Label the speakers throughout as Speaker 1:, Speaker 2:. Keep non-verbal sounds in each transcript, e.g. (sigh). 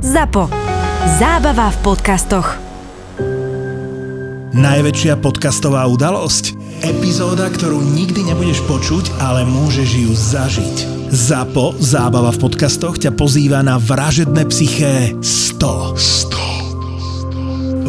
Speaker 1: ZAPO. Zábava v podcastoch.
Speaker 2: Najväčšia podcastová udalosť? Epizóda, ktorú nikdy nebudeš počuť, ale môžeš ju zažiť. ZAPO, zábava v podcastoch, ťa pozýva na vražedné psyché 100. 100.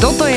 Speaker 3: Toto je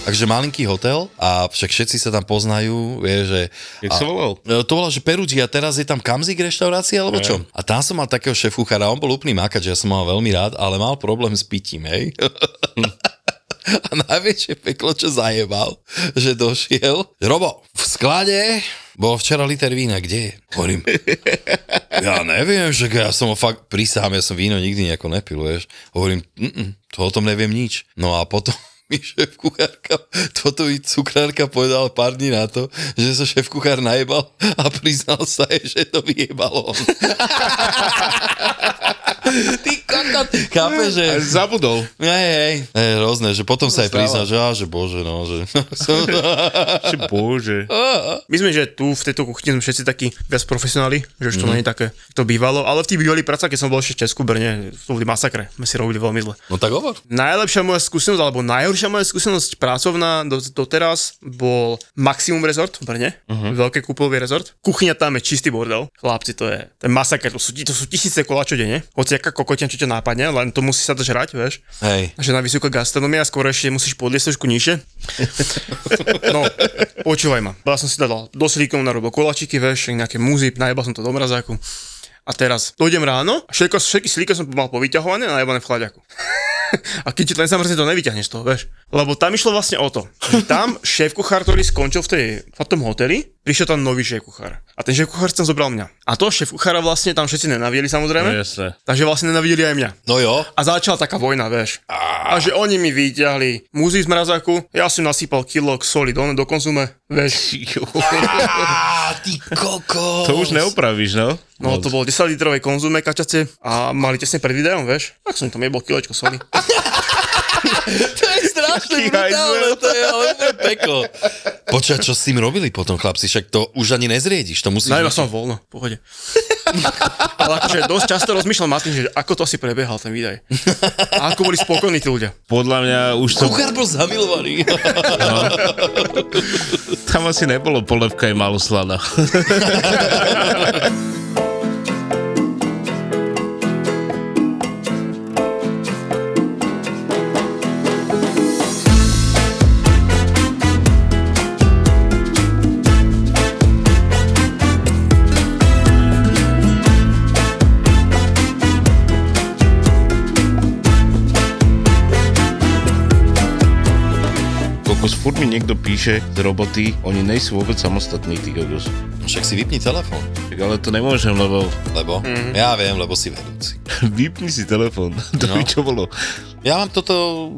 Speaker 4: Takže malinký hotel a však všetci sa tam poznajú, vie, že... a,
Speaker 5: Jak sa volal?
Speaker 4: E, To volal, že Perugia, teraz je tam Kamzik reštaurácia, alebo čo? A tam som mal takého šéfuchára, on bol úplný makač, ja som ho mal veľmi rád, ale mal problém s pitím, hej?
Speaker 5: Hm.
Speaker 4: (laughs) A najväčšie peklo, čo zajebal, že došiel. Robo, v sklade bol včera liter vína, kde je? Hovorím, ja neviem, že ja som ho fakt, prisám, ja som víno nikdy nejako nepil, vieš. Hovorím, "Mm, mm, to o tom neviem nič. No a potom (laughs) mi šéf kuchárka, toto mi cukrárka povedal pár dní na to, že sa šéf kuchár najebal a priznal sa jej, že to vyjebalo on. (laughs) Ty kokot, chápeš, že...
Speaker 5: A zabudol.
Speaker 4: Hej, hej, hej, rôzne, že potom sa aj priznal, že, á, že bože, no, že... (laughs)
Speaker 5: Že bože. My sme, že tu v tejto kuchyni sme všetci takí viac profesionáli, že už to mm. nie je také, to bývalo, ale v tých bývalých prácach, keď som bol ešte v Česku, Brne, to boli masakre, my si robili veľmi zle.
Speaker 4: no tak hovor.
Speaker 5: Najlepšia moja skúsenosť, alebo najhoršia moja skúsenosť pracovná do, doteraz bol Maximum Resort v Brne, uh-huh. veľké kúpový resort. Kuchyňa tam je čistý bordel. Chlapci, to je, to je masaker, to sú, to sú tisíce koláčov denne. Hoci aká kokotina, čo ťa nápadne, len to musí sa držať, vieš.
Speaker 4: Hej.
Speaker 5: že na vysoká gastronomia, skôr ešte musíš podliesť trošku nižšie. No, počúvaj ma. Ja som si dal do silikonu na robo kolačiky, vieš, nejaké múzy, najebal som to do mrazáku. A teraz dojdem ráno a všetko, všetky slíky som mal povyťahované a najebané v chlaďaku. (laughs) A keď ti to nezamrzne, to nevyťahneš to, vieš. Lebo tam išlo vlastne o to, že tam šéf kuchár, ktorý skončil v, tej, v tom hoteli, prišiel tam nový šéf kuchár. A ten šéf kuchár tam zobral mňa. A toho šéf kuchára vlastne tam všetci nenavideli samozrejme.
Speaker 6: No jasné.
Speaker 5: takže vlastne nenavideli aj mňa.
Speaker 4: No jo,
Speaker 5: A začala taká vojna, vieš. A že oni mi vyťahli muzy z mrazáku, ja som nasypal kilo soli do, do konzume, vieš.
Speaker 4: A ty koko.
Speaker 6: To už neopravíš, no?
Speaker 5: No to bolo 10 litrové konzume kačace a mali tesne pred videom, vieš. Tak som tam jebol kilečko soli. (laughs)
Speaker 4: To je strašne brutálne, to je ale to je peklo. Počkaj, čo s tým robili potom, chlapci? Však to už ani nezriediš, to musíš...
Speaker 5: No iba som voľno, v pohode. (laughs) Ale akože dosť často rozmýšľam nad tým, že ako to asi prebiehal ten výdaj. A ako boli spokojní tí ľudia.
Speaker 6: Podľa mňa už to...
Speaker 4: Kuchár bol zamilovaný. (laughs)
Speaker 6: Tam asi nebolo polevka je malo slana. Kokos, furt mi niekto píše z roboty, oni nejsú vôbec samostatní, tí kokos.
Speaker 4: No, Však si vypni telefón,
Speaker 6: Tak Ale to nemôžem, lebo
Speaker 4: lebo...
Speaker 6: Mhm.
Speaker 4: Ja viem, lebo si vedúci.
Speaker 6: vypni si telefon. To
Speaker 4: No.
Speaker 6: by čo bolo?
Speaker 4: Ja mám toto,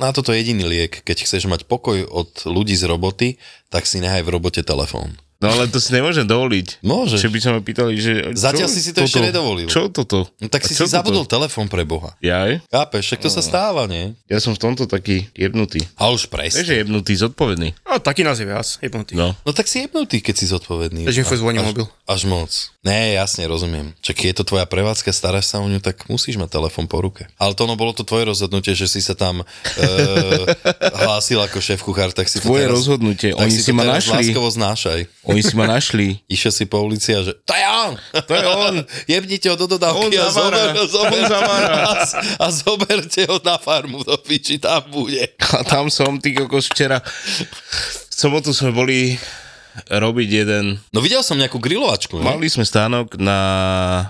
Speaker 4: na toto jediný liek. Keď chceš mať pokoj od ľudí z roboty, tak si nehaj v robote telefón.
Speaker 6: No ale to si nemôžem dovoliť.
Speaker 4: Môžeš.
Speaker 6: Čo by sa ma pýtali, že...
Speaker 4: Zatiaľ
Speaker 6: čo
Speaker 4: si si to ešte nedovolil.
Speaker 6: Čo toto?
Speaker 4: No tak
Speaker 6: A
Speaker 4: si si
Speaker 6: čo toto?
Speaker 4: zabudol telefón pre Boha.
Speaker 6: Jaj?
Speaker 4: Chápeš, však to sa stáva, nie?
Speaker 6: Ja som v tomto taký jebnutý.
Speaker 4: A už
Speaker 6: Vieš, že
Speaker 4: presne.
Speaker 6: jebnutý, zodpovedný.
Speaker 5: No taký nás je viac, jebnutý.
Speaker 6: No.
Speaker 4: No tak si jebnutý, keď si zodpovedný.
Speaker 5: Takže mi furt zvoní
Speaker 4: Až-
Speaker 5: mobil.
Speaker 4: Až moc. Ne, jasne, rozumiem. Čak je to tvoja prevádzka, staráš sa o ňu, tak musíš mať telefón po ruke. Ale to ono bolo to tvoje rozhodnutie, že si sa tam e,
Speaker 6: (laughs)
Speaker 4: hlásil ako šéf kuchár, tak si to
Speaker 6: Tvoje
Speaker 4: teraz,
Speaker 6: rozhodnutie,
Speaker 4: tak
Speaker 6: oni
Speaker 4: si
Speaker 6: si
Speaker 4: to
Speaker 6: ma
Speaker 4: teraz
Speaker 6: našli.
Speaker 4: láskavo znášaj.
Speaker 6: Oni si ma našli.
Speaker 4: Išiel si po ulici a že to je on!
Speaker 6: To je on.
Speaker 4: (laughs) Jebnite ho do dodávky
Speaker 6: On
Speaker 4: a, zober,
Speaker 6: zavára.
Speaker 4: zober,
Speaker 6: On zavára.
Speaker 4: (laughs) a, z- a zoberte ho na farmu do piči, tam bude.
Speaker 6: A tam som, ty kokos, včera. V sobotu sme boli robiť jeden...
Speaker 4: No videl som nejakú grilovačku, ne?
Speaker 6: Mali sme stánok na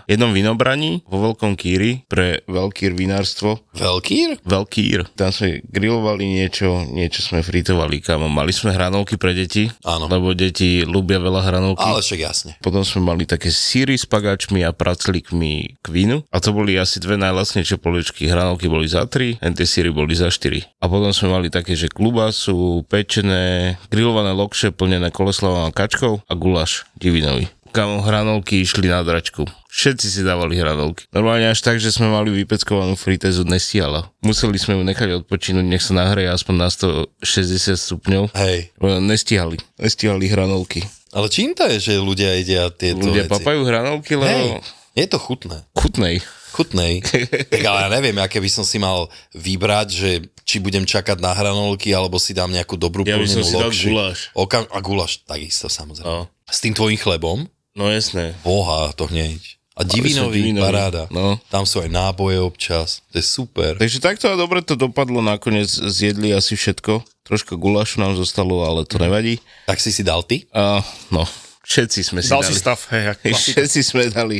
Speaker 6: jednom vinobraní vo Veľkom Kýri pre Veľkýr vinárstvo.
Speaker 4: Veľkýr?
Speaker 6: Veľkýr. Tam sme grilovali niečo, niečo sme fritovali, kamo. Mali sme hranolky pre deti,
Speaker 4: Áno.
Speaker 6: lebo deti ľúbia veľa hranolky.
Speaker 4: Ale však jasne.
Speaker 6: Potom sme mali také síry s pagačmi a praclikmi k vínu. A to boli asi dve najlasnejšie poličky. Hranolky boli za 3, tie síry boli za 4. A potom sme mali také, že klubasu, pečené, grillované lokše plnené koleslavou a kačkou a guláš divinový. Kam hranolky išli na dračku. Všetci si dávali hranolky. Normálne až tak, že sme mali vypeckovanú fritézu nestiala. Museli sme ju nechať odpočinúť, nech sa nahreje aspoň na 160 stupňov.
Speaker 4: Hej.
Speaker 6: Lebo Nestihali. Nestihali hranolky.
Speaker 4: Ale čím to je, že ľudia jedia tieto
Speaker 6: Ľudia
Speaker 4: veci?
Speaker 6: papajú hranolky, lebo
Speaker 4: Hej, je to chutné.
Speaker 6: chutnej.
Speaker 4: Chutnej. tak ale ja neviem, aké by som si mal vybrať, že či budem čakať na hranolky, alebo si dám nejakú dobrú
Speaker 6: Ja by som
Speaker 4: plnenú
Speaker 6: si dal
Speaker 4: lokši.
Speaker 6: guláš.
Speaker 4: Okam- a guláš, takisto samozrejme.
Speaker 6: No,
Speaker 4: S tým tvojim chlebom?
Speaker 6: no jasné.
Speaker 4: Boha, to hneď. A
Speaker 6: sme
Speaker 4: divinový,
Speaker 6: divinový,
Speaker 4: paráda.
Speaker 6: no.
Speaker 4: Tam sú aj náboje občas. To je super.
Speaker 6: Takže takto a dobre to dopadlo, nakoniec zjedli asi všetko. Troška gulášu nám zostalo, ale to nevadí.
Speaker 4: Tak si si dal ty?
Speaker 6: A no, Mhm. všetci sme si
Speaker 5: Dal
Speaker 6: dali.
Speaker 5: si stav, hej, ako klasika.
Speaker 6: (laughs) všetci sme dali.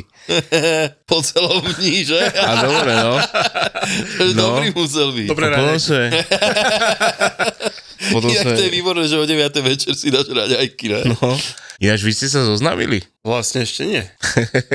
Speaker 4: Po celom dní,
Speaker 6: (laughs)
Speaker 4: že?
Speaker 6: A dobre,
Speaker 5: (laughs)
Speaker 6: no. no.
Speaker 4: Dobrý musel byť. (laughs)
Speaker 5: Dobre
Speaker 6: A potom
Speaker 5: ráno.
Speaker 6: sme... potom
Speaker 4: Inak
Speaker 6: sme...
Speaker 4: to je výborné, že o 9. večer si dáš raňajky, ne? No.
Speaker 6: No. Ináč, vy ste sa zoznamili?
Speaker 5: Vlastne ešte nie.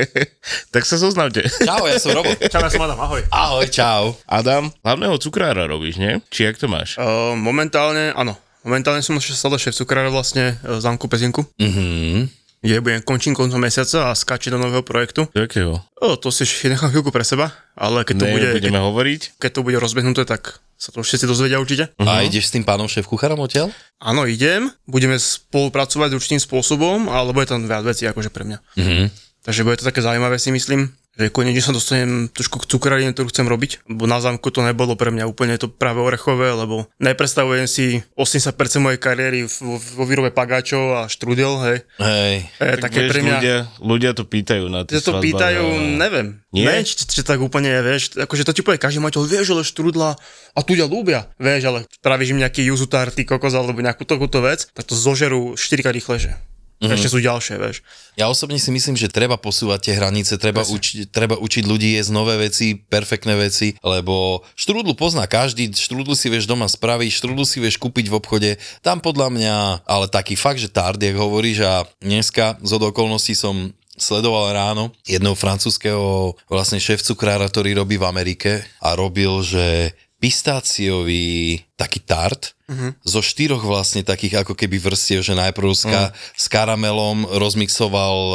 Speaker 6: (laughs) tak sa zoznamte.
Speaker 4: Čau, ja som Robo.
Speaker 5: Čau, ja som Adam, ahoj.
Speaker 4: Ahoj, čau.
Speaker 6: Adam, hlavného cukrára robíš, nie? Či jak to máš?
Speaker 5: Uh, momentálne, áno. Momentálne som ešte stále šéf cukrára vlastne e, zámku Pezinku.
Speaker 4: Mhm.
Speaker 5: Je, budem končím koncom mesiaca a skáče do nového projektu.
Speaker 6: Do Jakého?
Speaker 5: O, to si ešte nechám chvíľku pre seba, ale keď to, bude,
Speaker 6: Ne, budeme hovoriť?
Speaker 5: keď to bude rozbehnuté, tak sa to všetci dozvedia určite.
Speaker 4: A ideš s tým pánom šéf kuchárom odtiaľ?
Speaker 5: Áno, idem, budeme spolupracovať určitým spôsobom, ale bude tam viac vecí akože pre mňa.
Speaker 4: Mhm.
Speaker 5: Takže bude to také zaujímavé si myslím, že konečne sa dostanem trošku k cukrarine, ktorú chcem robiť, lebo na zámku to nebolo pre mňa úplne to práve orechové, lebo nepredstavujem si 80% mojej kariéry vo, vo výrobe pagáčov a štrudel, hej.
Speaker 4: Hej.
Speaker 5: E, také
Speaker 6: vieš,
Speaker 5: pre mňa...
Speaker 6: ľudia, ľudia to pýtajú na
Speaker 5: Že
Speaker 6: tých
Speaker 5: to
Speaker 6: svadbách
Speaker 5: pýtajú,
Speaker 6: a-
Speaker 5: neviem.
Speaker 6: Nie?
Speaker 5: Ne, či, či, tak úplne je, vieš. Akože to ti povie každý majiteľ, vieš, ale štrudla a tu ťa ľúbia. Vieš, ale spravíš im nejaký juzutár, ty kokos, alebo nejakú takúto vec, tak to zožerú 4 rýchlejšie. Mm-hmm. Ešte sú ďalšie, vieš.
Speaker 4: Ja osobne si myslím, že treba posúvať tie hranice, treba, uči, treba učiť ľudí jesť nové veci, perfektné veci, lebo štrúdlu pozná každý, štrúdlu si vieš doma spraviť, štrúdlu si vieš kúpiť v obchode. Tam podľa mňa, ale taký fakt, že tard, jak hovoríš a dneska z okolností som sledoval ráno jedného francúzského vlastne šéf cukrára, ktorý robí v Amerike a robil, že pistáciový taký tart
Speaker 5: Mhm.
Speaker 4: zo štyroch vlastne takých ako keby vrstiev, že najprv s, ka-
Speaker 5: Mhm.
Speaker 4: s karamelom rozmixoval e,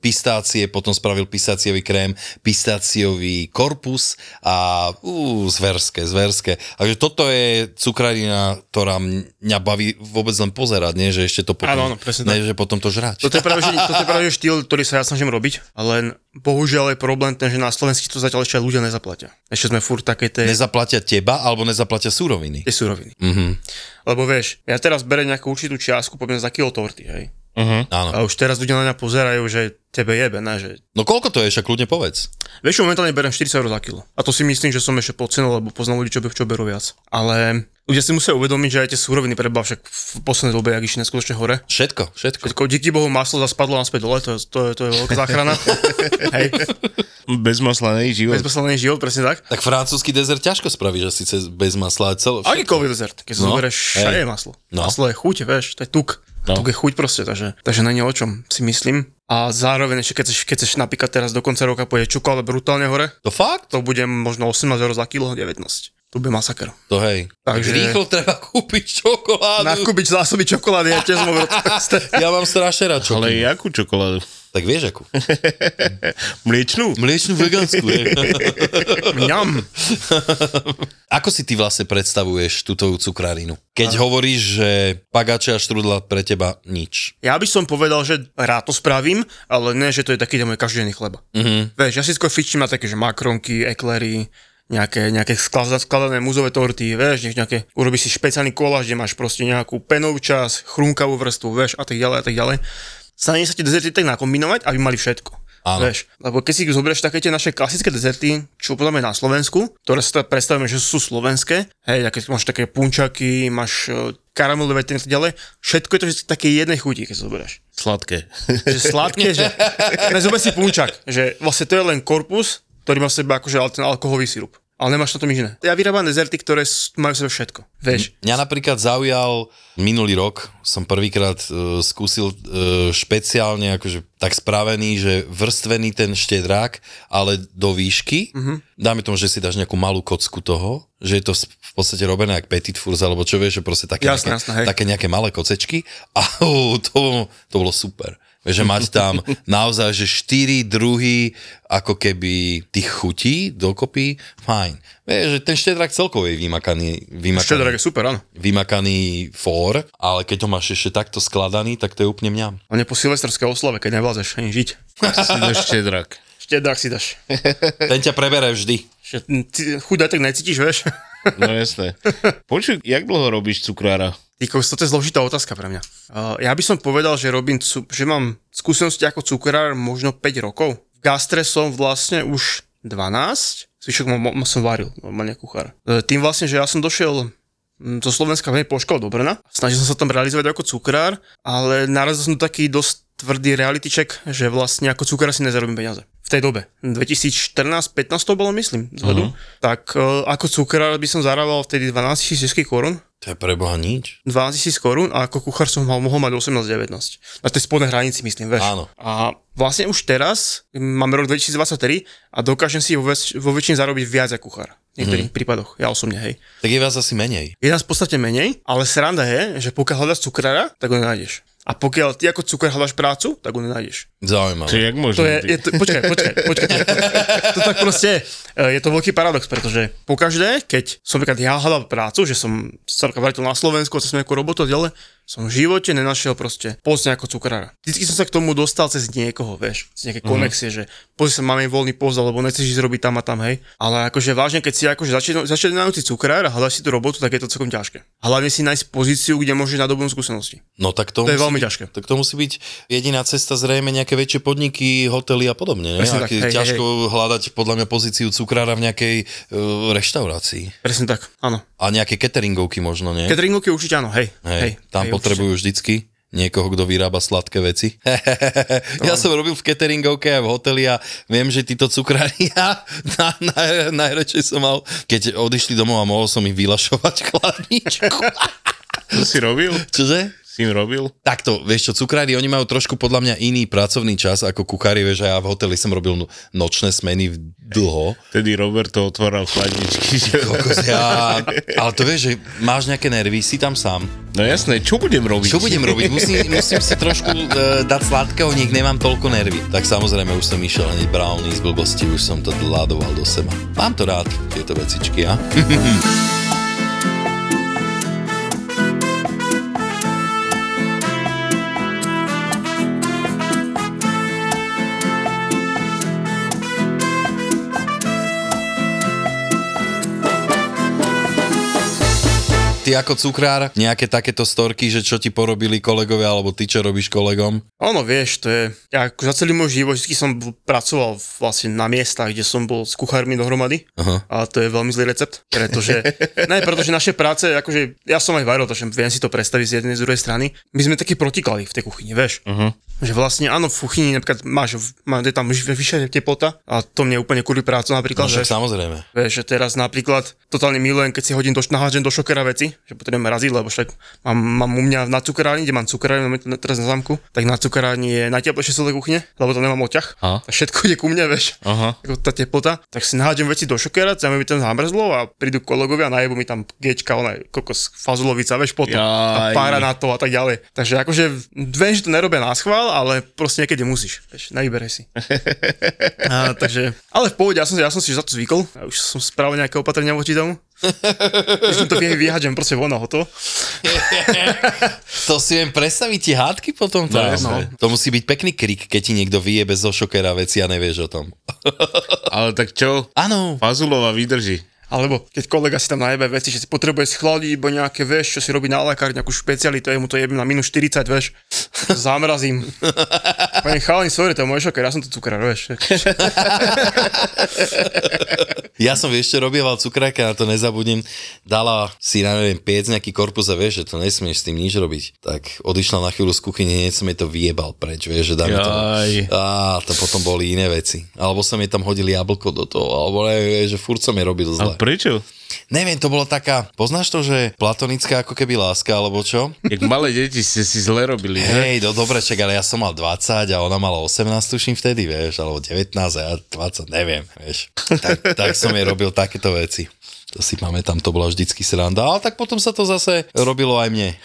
Speaker 4: pistácie, potom spravil pistáciový krém, pistáciový korpus a ú, zverské, zverské. Takže toto je cukrarina, ktorá mňa baví vôbec len pozerať, nie? Že ešte to potom,
Speaker 5: Áno, áno, presne
Speaker 4: ne, že potom to žrať.
Speaker 5: Toto je, práve, že, toto je práve že štýl, ktorý sa ja snažím robiť, ale bohužiaľ je problém ten, že na Slovensku to zatiaľ ešte ľudia nezaplatia. Ešte sme furt také tej,
Speaker 4: (laughs) Nezaplatia teba alebo nezaplatia súroviny.
Speaker 5: tej suroviny.
Speaker 4: Mhm.
Speaker 5: Lebo vieš, ja teraz berem nejakú určitú čiastku, poviem za kilo torty, hej. Mhm.
Speaker 4: Áno.
Speaker 5: A už teraz ľudia na mňa pozerajú, že tebe jebe, ne, že
Speaker 4: No koľko to je, však kľudne povedz.
Speaker 5: Vieš, čo, momentálne berem 40 eur za kilo. A to si myslím, že som ešte podcenil, lebo poznám ľudí, čo, be- čo berú viac. Ale ľudia si musia uvedomiť, že aj tie súroviny preba však v poslednej dobe, ak išli neskutočne hore.
Speaker 4: Všetko, všetko.
Speaker 5: Všetko, díky bohu maslo zase spadlo naspäť dole, to, je- to, je, to je veľká
Speaker 4: (laughs)
Speaker 5: záchrana. Hej,
Speaker 6: Bez masla nej život.
Speaker 5: bezposledný život, presne tak.
Speaker 4: Tak francúzsky dezert ťažko spravíš asi cez, bez masla a celo.
Speaker 5: Akýkoľvek dezert, keď si
Speaker 4: No,
Speaker 5: zoberieš, všade
Speaker 4: hej.
Speaker 5: je maslo.
Speaker 4: No.
Speaker 5: Maslo je chuť, vieš, to je tuk.
Speaker 6: No.
Speaker 5: No. Tuk je chuť proste, takže, takže není o čom, si myslím. A zároveň ešte, keď chceš, keď chceš napríklad teraz do konca roka pôjde čuko, ale brutálne hore,
Speaker 4: To fakt?
Speaker 5: to bude možno 18 eur za kilo, 19. To bude masaker.
Speaker 4: To hej. Takže...
Speaker 5: Takže-
Speaker 4: Rýchlo treba kúpiť čokoládu.
Speaker 5: Nakúpiť zásoby čokolády, ja tiež som (laughs) hovoril.
Speaker 4: Ja mám strašne rád
Speaker 6: Ale
Speaker 4: čokoládu. Ale...
Speaker 6: jakú čokoládu?
Speaker 4: Tak vieš akú?
Speaker 6: Mliečnú?
Speaker 4: Mliečnú vegánsku. je.
Speaker 5: Mňam.
Speaker 4: Ako si ty vlastne predstavuješ túto cukrarinu? Keď hovoríš, že pagače a štrudla pre teba nič.
Speaker 5: Ja by som povedal, že rád to spravím, ale ne, že to je taký ten môj každodenný chleba.
Speaker 4: Mhm.
Speaker 5: Vieš, ja si skôr fičím na také, že makronky, eklery, nejaké, nejaké skladza- skladané múzové torty, vieš, nech nejaké, urobíš si špeciálny koláž, kde máš proste nejakú penovú čas, chrunkavú vrstvu, vieš, a tak ďalej, a tak ďalej. Snažím sa tie dezerty tak nakombinovať, aby mali všetko.
Speaker 4: Áno.
Speaker 5: Vieš, lebo keď si zoberieš také tie naše klasické dezerty, čo podáme na Slovensku, ktoré sa teda predstavíme, že sú slovenské, hej, také, máš také punčaky, máš e, karamelové a tak ďalej. Všetko je to vždy také jednej chuti, keď sa zoberieš.
Speaker 6: Sladké.
Speaker 5: Že sladké, že... Ne, zober si punčak, že vlastne to je len korpus, ktorý má v sebe akože al- ten alkoholový sirup. Ale nemáš na tom nič iné. Ja vyrábam dezerty, ktoré s- majú v sebe všetko. Vieš,
Speaker 4: Mňa napríklad zaujal minulý rok, som prvýkrát e, skúsil e, špeciálne akože tak spravený, že vrstvený ten štedrák, ale do výšky.
Speaker 5: Mhm.
Speaker 4: Dáme tomu, že si dáš nejakú malú kocku toho, že je to v- v podstate robené ako petit furs, alebo čo vieš, že proste také,
Speaker 5: Jasné,
Speaker 4: nejaké,
Speaker 5: jasné, hej.
Speaker 4: také nejaké malé kocečky. A (laughs) ó, to, to bolo super. Vieš, Že mať tam naozaj, že štyri druhy ako keby tých chutí dokopy, fajn. Vieš, že ten štedrák celkovo je vymakaný. vymakaný
Speaker 5: Štedrak je super, áno.
Speaker 4: vymakaný fór, ale keď ho máš ešte takto skladaný, tak to je úplne mňam.
Speaker 5: A ne po silvestrskej oslave, keď nevládzeš ani žiť.
Speaker 6: si dáš štedrak.
Speaker 5: Štedrak si dáš. E-
Speaker 4: Ten ťa prebere vždy.
Speaker 5: Že ty Chuť aj tak necítiš, vieš? (laughs)
Speaker 6: No jasné. Počuj, jak dlho robíš cukrára?
Speaker 5: Ty, kokos, toto je zložitá otázka pre mňa. Uh, ja by som povedal, že, robím, cu- že mám skúsenosti ako cukrár možno 5 rokov. V gastre som vlastne už 12, zvyšok mo- mo- som varil, normálne kuchár. Uh, tým vlastne, že ja som došiel mm, zo Slovenska veľmi po škole do Brna. Snažil som sa tam realizovať ako cukrár, ale narazil som na taký dosť tvrdý reality check, že vlastne ako cukrár si nezarobím peniaze. V tej dobe. 2014-15 to bolo, myslím, zhodu. Uh-huh. Tak uh, ako cukrár by som zarábal vtedy 12 000 českých korún.
Speaker 4: To je pre Boha nič.
Speaker 5: 12 000 korún a ako kuchár som mal, mohol mať 18-19. Na tej spodnej hranici myslím, vieš.
Speaker 4: Áno.
Speaker 5: A vlastne už teraz, máme rok 2023 a dokážem si vo, väč- vo väčšine zarobiť viac ako kuchár. V niektorých mm. prípadoch, ja osobne, hej.
Speaker 4: Tak je vás asi menej.
Speaker 5: Je nás v podstate menej, ale sranda je, že pokiaľ hľadáš cukrára, tak ho nenájdeš. A pokiaľ ty ako cukrár hľadáš prácu, tak ho nenájdeš.
Speaker 6: To
Speaker 4: Zaujímavé.
Speaker 6: jak možno?
Speaker 5: To je, je to, počkaj, počkaj, počkaj. počkaj. To tak proste je. E, je to veľký paradox, pretože po každé, keď som napríklad ja hľadal prácu, že som sa napríklad vrátil na Slovensko, cez nejakú robotu a ďalej, som v živote nenašiel proste post ako cukrára. Vždycky som sa k tomu dostal cez niekoho, vieš,
Speaker 4: Mhm.
Speaker 5: cez nejaké konexie, že pozri sa, máme voľný post, alebo nechceš ísť robiť tam a tam, hej. Ale akože vážne, keď si akože začína- začínajúci cukrár a hľadáš si tú robotu, tak je to celkom ťažké. Hlavne si nájsť pozíciu, kde môžeš nadobudnúť skúsenosti.
Speaker 4: No tak to,
Speaker 5: To je
Speaker 4: musí
Speaker 5: veľmi
Speaker 4: byť,
Speaker 5: ťažké.
Speaker 4: Tak to musí byť jediná cesta zrejme nejaké väčšie podniky, hotely a podobne. Ne? A
Speaker 5: Presne tak,
Speaker 4: keď
Speaker 5: hej,
Speaker 4: ťažko hľadať podľa mňa pozíciu cukrára v nejakej uh, reštaurácii.
Speaker 5: Presne tak, áno.
Speaker 4: A nejaké cateringovky možno, nie?
Speaker 5: Cateringovky určite áno, hej.
Speaker 4: Hej, tam
Speaker 5: hej, určite.
Speaker 4: potrebujú vždycky niekoho, kto vyrába sladké
Speaker 5: (laughs)
Speaker 4: veci. (laughs) ja som robil v cateringovke a v hoteli a viem, že títo cukrári (laughs) ja na, na, najradšej som mal, keď odišli domov a mohol som ich vylašovať
Speaker 5: (laughs)
Speaker 4: chladničku.
Speaker 6: To si robil?
Speaker 4: Čože?
Speaker 6: Si im robil?
Speaker 4: Takto, vieš čo, cukrári, oni majú trošku podľa mňa iný pracovný čas ako kuchári, vieš, a ja v hoteli som robil no- nočné smeny v dlho.
Speaker 6: Vtedy Roberto otváral chladničky. Že...
Speaker 4: Kokos,
Speaker 5: (laughs)
Speaker 4: ja, ale to vieš, že máš nejaké nervy, si tam sám.
Speaker 6: No jasné, čo budem robiť?
Speaker 4: Čo budem robiť? Musím, musím si trošku e, dať sladkého, nech nemám toľko nervy. Tak samozrejme už som išiel hneď brownie z blbosti, už som to dladoval do seba. Mám to rád, tieto vecičky, a? Ty ako cukrár, nejaké takéto storky, že čo ti porobili kolegovia, alebo ty čo robíš kolegom?
Speaker 5: Ono, vieš, to je... Ja ako za celý môj život vždy som bol- pracoval v- vlastne na miestach, kde som bol s kuchármi dohromady.
Speaker 4: Aha.
Speaker 5: A to je veľmi zlý recept,
Speaker 4: (laughs)
Speaker 5: pretože... ne, pretože naše práce, akože ja som aj varil, takže viem si to predstaviť z jednej, z druhej strany. My sme takí protiklady v tej kuchyni, vieš. Uh-huh. Že vlastne áno, v kuchyni napríklad máš, v- má, je tam vyš- vyššia teplota a to mne úplne kurí prácu
Speaker 4: No
Speaker 5: napríklad.
Speaker 4: však
Speaker 5: že,
Speaker 4: samozrejme.
Speaker 5: vieš, že teraz napríklad totálne milujem, keď si hodím do, nahážem do šokera veci, že potrebujem raziť, lebo však mám, mám u mňa na cukrárni, kde mám cukrárni, máme to na- teraz na zámku, tak na cukrárni je najteplejšie celé kuchyne, lebo to nemám oťah.
Speaker 6: Aha.
Speaker 5: Tak všetko ide ku mne, vieš.
Speaker 6: Aha.
Speaker 5: Ako tá teplota, tak si nahádžem veci do šokera, tam mi tam zamrzlo a prídu kolegovia a najebu mi tam gečka, ona je kokos fazulovica, vieš, potom a
Speaker 6: Jaj.
Speaker 5: pára na to a tak ďalej. Takže akože viem, že to nerobia na schvál, ale proste niekedy musíš, vieš, nevyberaj si. A, takže, ale v pohode, ja som, si- ja som si za to zvykol. Ja už som spravil nejaké opatrenia voči tomu. Už som to vie- vyhádžem proste von a hotovo.
Speaker 4: To si viem predstaviť ti hádky potom. To,
Speaker 6: No,
Speaker 4: no. to musí byť pekný krik, keď ti niekto vyjebe zo šokera veci a nevieš o tom.
Speaker 6: Ale tak čo?
Speaker 4: Áno.
Speaker 6: Fazulova vydrží.
Speaker 5: Alebo keď kolega si tam najebe veci, že si potrebuje schladiť, iba nejaké, vieš, čo si robí na lekár, nejakú špecialitu, ja mu to jebím na minus 40, vieš, zamrazím.
Speaker 4: (laughs)
Speaker 5: Pane chalani, sorry, to je môj šoker, ja som to cukrár, vieš.
Speaker 4: Ja som ešte robieval cukráka, na to nezabudnem. Dala si, ja neviem, piec nejaký korpus a vieš, že to nesmieš s tým nič robiť. Tak odišla na chvíľu z kuchyne, hneď som jej to vyjebal preč, vieš, že dá mi to.
Speaker 6: Jaj.
Speaker 4: Á, to potom boli iné veci. Alebo som jej tam hodil jablko do toho, alebo ne, že furt som jej robil
Speaker 6: A
Speaker 4: zle.
Speaker 6: prečo?
Speaker 4: Neviem, to bolo taká, poznáš to, že platonická ako keby láska, alebo čo?
Speaker 6: Jak malé deti ste si zle robili, že?
Speaker 4: Hej, no dobre, čak, ale ja som mal 20 a ona mala 18, tuším vtedy, vieš, alebo 19 a ja 20, neviem, vieš. Tak, tak som jej robil takéto veci. To si pamätám, to bola vždycky sranda, ale tak potom sa to zase robilo aj mne. (laughs)